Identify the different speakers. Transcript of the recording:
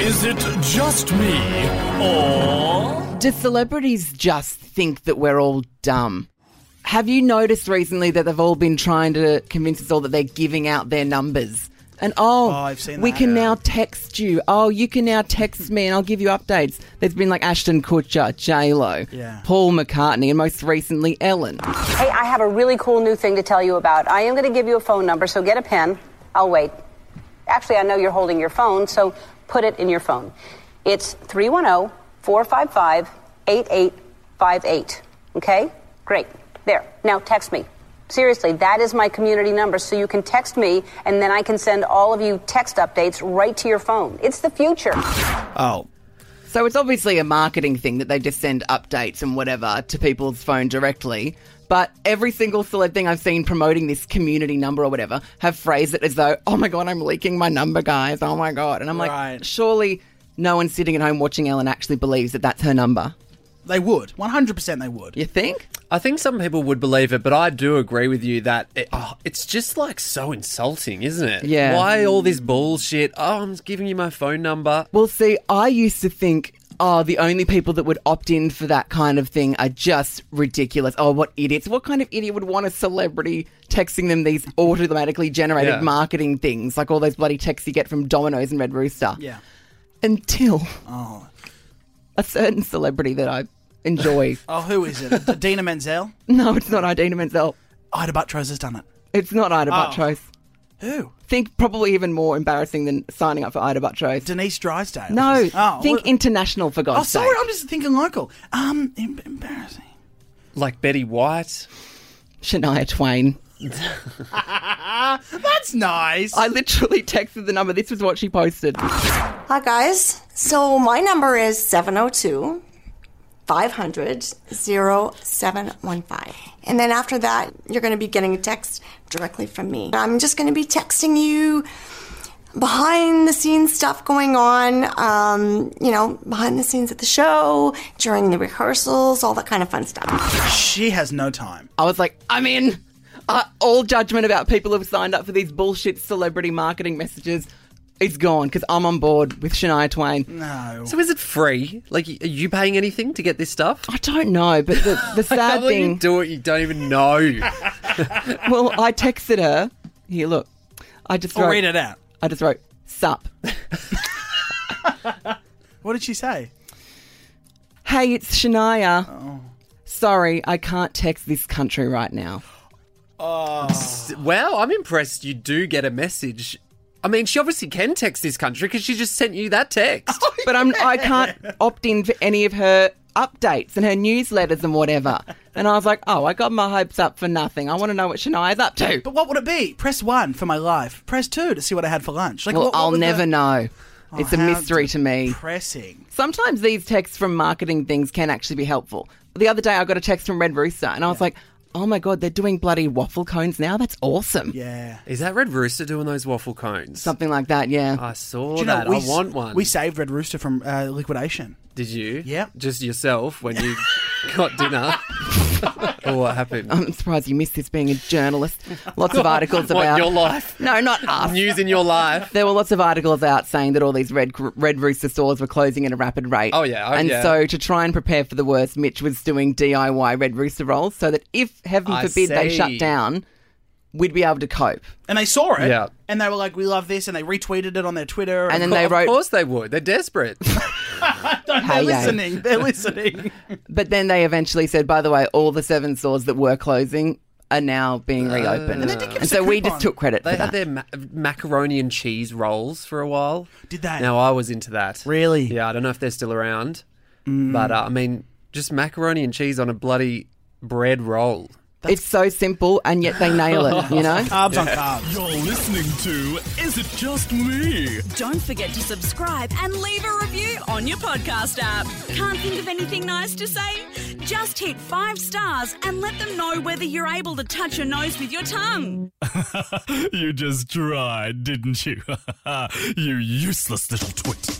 Speaker 1: Is it just me, or
Speaker 2: Do celebrities just think that we're all dumb? Have you noticed recently that they've all been trying to convince us all that they're giving out their numbers? And oh,
Speaker 3: Oh, I've seen
Speaker 2: we
Speaker 3: that,
Speaker 2: can
Speaker 3: yeah.
Speaker 2: now text you. Oh, you can now text me and I'll give you updates. There's been like Ashton Kutcher, J-Lo,
Speaker 3: Yeah.
Speaker 2: Paul McCartney, and most recently Ellen.
Speaker 4: Hey, I have a really cool new thing to tell you about. I am going to give you a phone number, so get a pen. I'll wait. Actually, I know you're holding your phone, so put it in your phone. It's oh, 310 455 8858. Okay? Great. There. Now text me. Seriously, that is my community number, so you can text me, and then I can send all of you text updates right to your phone. It's the future.
Speaker 3: Oh,
Speaker 2: So it's obviously a marketing thing that they just send updates and whatever to people's phone directly. But every single celeb thing I've seen promoting this community number or whatever have phrased it as though, oh my God, I'm leaking my number, guys. Oh my God. And I'm like,
Speaker 3: Right.
Speaker 2: surely no one sitting at home watching Ellen actually believes that that's her number.
Speaker 3: they would. 100% they would.
Speaker 2: You think?
Speaker 5: I think some people would believe it, but I do agree with you that it, oh, it's just like so insulting, isn't it?
Speaker 2: Yeah.
Speaker 5: Why all this bullshit? Oh, I'm just giving you my phone number.
Speaker 2: Well, see, I used to think, oh, the only people that would opt in for that kind of thing are just ridiculous. Oh, what idiots. What kind of idiot would want a celebrity texting them these automatically generated
Speaker 5: Yeah.
Speaker 2: marketing things, like all those bloody texts you get from Domino's and Red Rooster?
Speaker 3: Yeah. Oh.
Speaker 2: Until a certain celebrity that I enjoy.
Speaker 3: Oh, who is it? Dina Menzel?
Speaker 2: no, it's not Idina Menzel.
Speaker 3: Ida Buttrose has done it.
Speaker 2: It's not Ida
Speaker 3: Oh.
Speaker 2: Buttrose.
Speaker 3: Who?
Speaker 2: Think probably even more embarrassing than signing up for Ida Buttrose.
Speaker 3: Denise Drysdale.
Speaker 2: no,
Speaker 3: Oh,
Speaker 2: think
Speaker 3: well-
Speaker 2: international for God's
Speaker 3: Oh, sorry,
Speaker 2: sake.
Speaker 3: I'm just thinking local. Um, em- embarrassing.
Speaker 5: Like Betty White.
Speaker 2: Shania Twain.
Speaker 3: That's nice.
Speaker 2: I literally texted the number. This was what she posted.
Speaker 6: Hi, guys. So my number is 702 500 0715. And then after that, you're going to be getting a text directly from me. I'm just going to be texting you behind the scenes stuff going on, um, you know, behind the scenes at the show, during the rehearsals, all that kind of fun stuff.
Speaker 3: she has no time.
Speaker 2: I was like, I'm in. Uh, all judgment about people who've signed up for these bullshit celebrity marketing messages is gone because I'm on board with Shania Twain.
Speaker 3: No.
Speaker 5: So is it free? Like, y- are you paying anything to get this stuff?
Speaker 2: I don't know, but the, the
Speaker 5: How
Speaker 2: sad
Speaker 5: will you
Speaker 2: thing.
Speaker 5: do it? You don't even know.
Speaker 2: Well, I texted her. Here, look. I just
Speaker 3: I'll
Speaker 2: wrote.
Speaker 3: read it out.
Speaker 2: I just wrote sup.
Speaker 3: What did she say?
Speaker 2: Hey, it's Shania.
Speaker 3: Oh.
Speaker 2: Sorry, I can't text this country right now.
Speaker 5: wow, I'm impressed. You do get a message. I mean, she obviously can text this country because she just sent you that text.
Speaker 2: but I'm I can't opt in for any of her updates and her newsletters and whatever. And I was like, oh, I got my hopes up for nothing. I want to know what Shania's up to.
Speaker 3: But what would it be? Press one for my life. Press two to see what I had for lunch. Like,
Speaker 2: well,
Speaker 3: what- what
Speaker 2: I'll
Speaker 3: would the-
Speaker 2: never know.
Speaker 3: Oh,
Speaker 2: It's a
Speaker 3: how
Speaker 2: mystery to me.
Speaker 3: Depressing.
Speaker 2: Sometimes these texts from marketing things can actually be helpful. The other day, I got a text from Red Rooster, and I was like, oh my god, they're doing bloody waffle cones now. That's awesome.
Speaker 3: Yeah.
Speaker 5: Is that Red Rooster doing those waffle cones?
Speaker 2: Something like that. Yeah.
Speaker 5: I saw
Speaker 3: Do you know,
Speaker 5: that.
Speaker 3: we
Speaker 5: I
Speaker 3: s-
Speaker 5: want one.
Speaker 3: We saved Red Rooster from uh, liquidation.
Speaker 5: Did you?
Speaker 3: Yep.
Speaker 5: Just yourself when you got dinner. or what happened?
Speaker 2: I'm surprised you missed this being a journalist. Lots of articles
Speaker 5: What,
Speaker 2: about
Speaker 5: your life?
Speaker 2: No, not us.
Speaker 5: News in your life.
Speaker 2: There were lots of articles out saying that all these red red rooster stores were closing at a rapid rate.
Speaker 5: Oh, yeah. Oh,
Speaker 2: and
Speaker 5: yeah.
Speaker 2: so to try and prepare for the worst, Mitch was doing DIY red rooster rolls so that if heaven
Speaker 5: I
Speaker 2: forbid they
Speaker 5: see.
Speaker 2: shut down, we'd be able to cope.
Speaker 3: And they saw it.
Speaker 5: Yeah.
Speaker 3: And they were like, we love this. And they retweeted it on their Twitter.
Speaker 2: And then
Speaker 5: Well,
Speaker 2: they
Speaker 5: of
Speaker 2: wrote,
Speaker 5: course they would. They're desperate.
Speaker 3: they're
Speaker 2: "Hey, yeah."
Speaker 3: listening. They're listening.
Speaker 2: but then they eventually said, by the way, all the seven stores that were closing are now being
Speaker 5: Uh,
Speaker 2: reopened.
Speaker 3: And they did give us
Speaker 2: so
Speaker 3: a
Speaker 2: we
Speaker 3: coupon.
Speaker 2: just took credit
Speaker 5: they
Speaker 2: for that.
Speaker 5: had their ma- macaroni and cheese rolls for a while.
Speaker 3: Did they?
Speaker 5: Now I was into that.
Speaker 3: Really?
Speaker 5: Yeah. I don't know if they're still around, but uh, I mean, just macaroni and cheese on a bloody bread roll.
Speaker 2: It's so simple, and yet they nail it. You know.
Speaker 3: Carbs on carbs.
Speaker 1: you're listening to Is it just me?
Speaker 7: Don't forget to subscribe and leave a review on your podcast app. Can't think of anything nice to say? Just hit five stars and let them know whether you're able to touch your nose with your tongue.
Speaker 1: You just tried, didn't you? you useless little twit.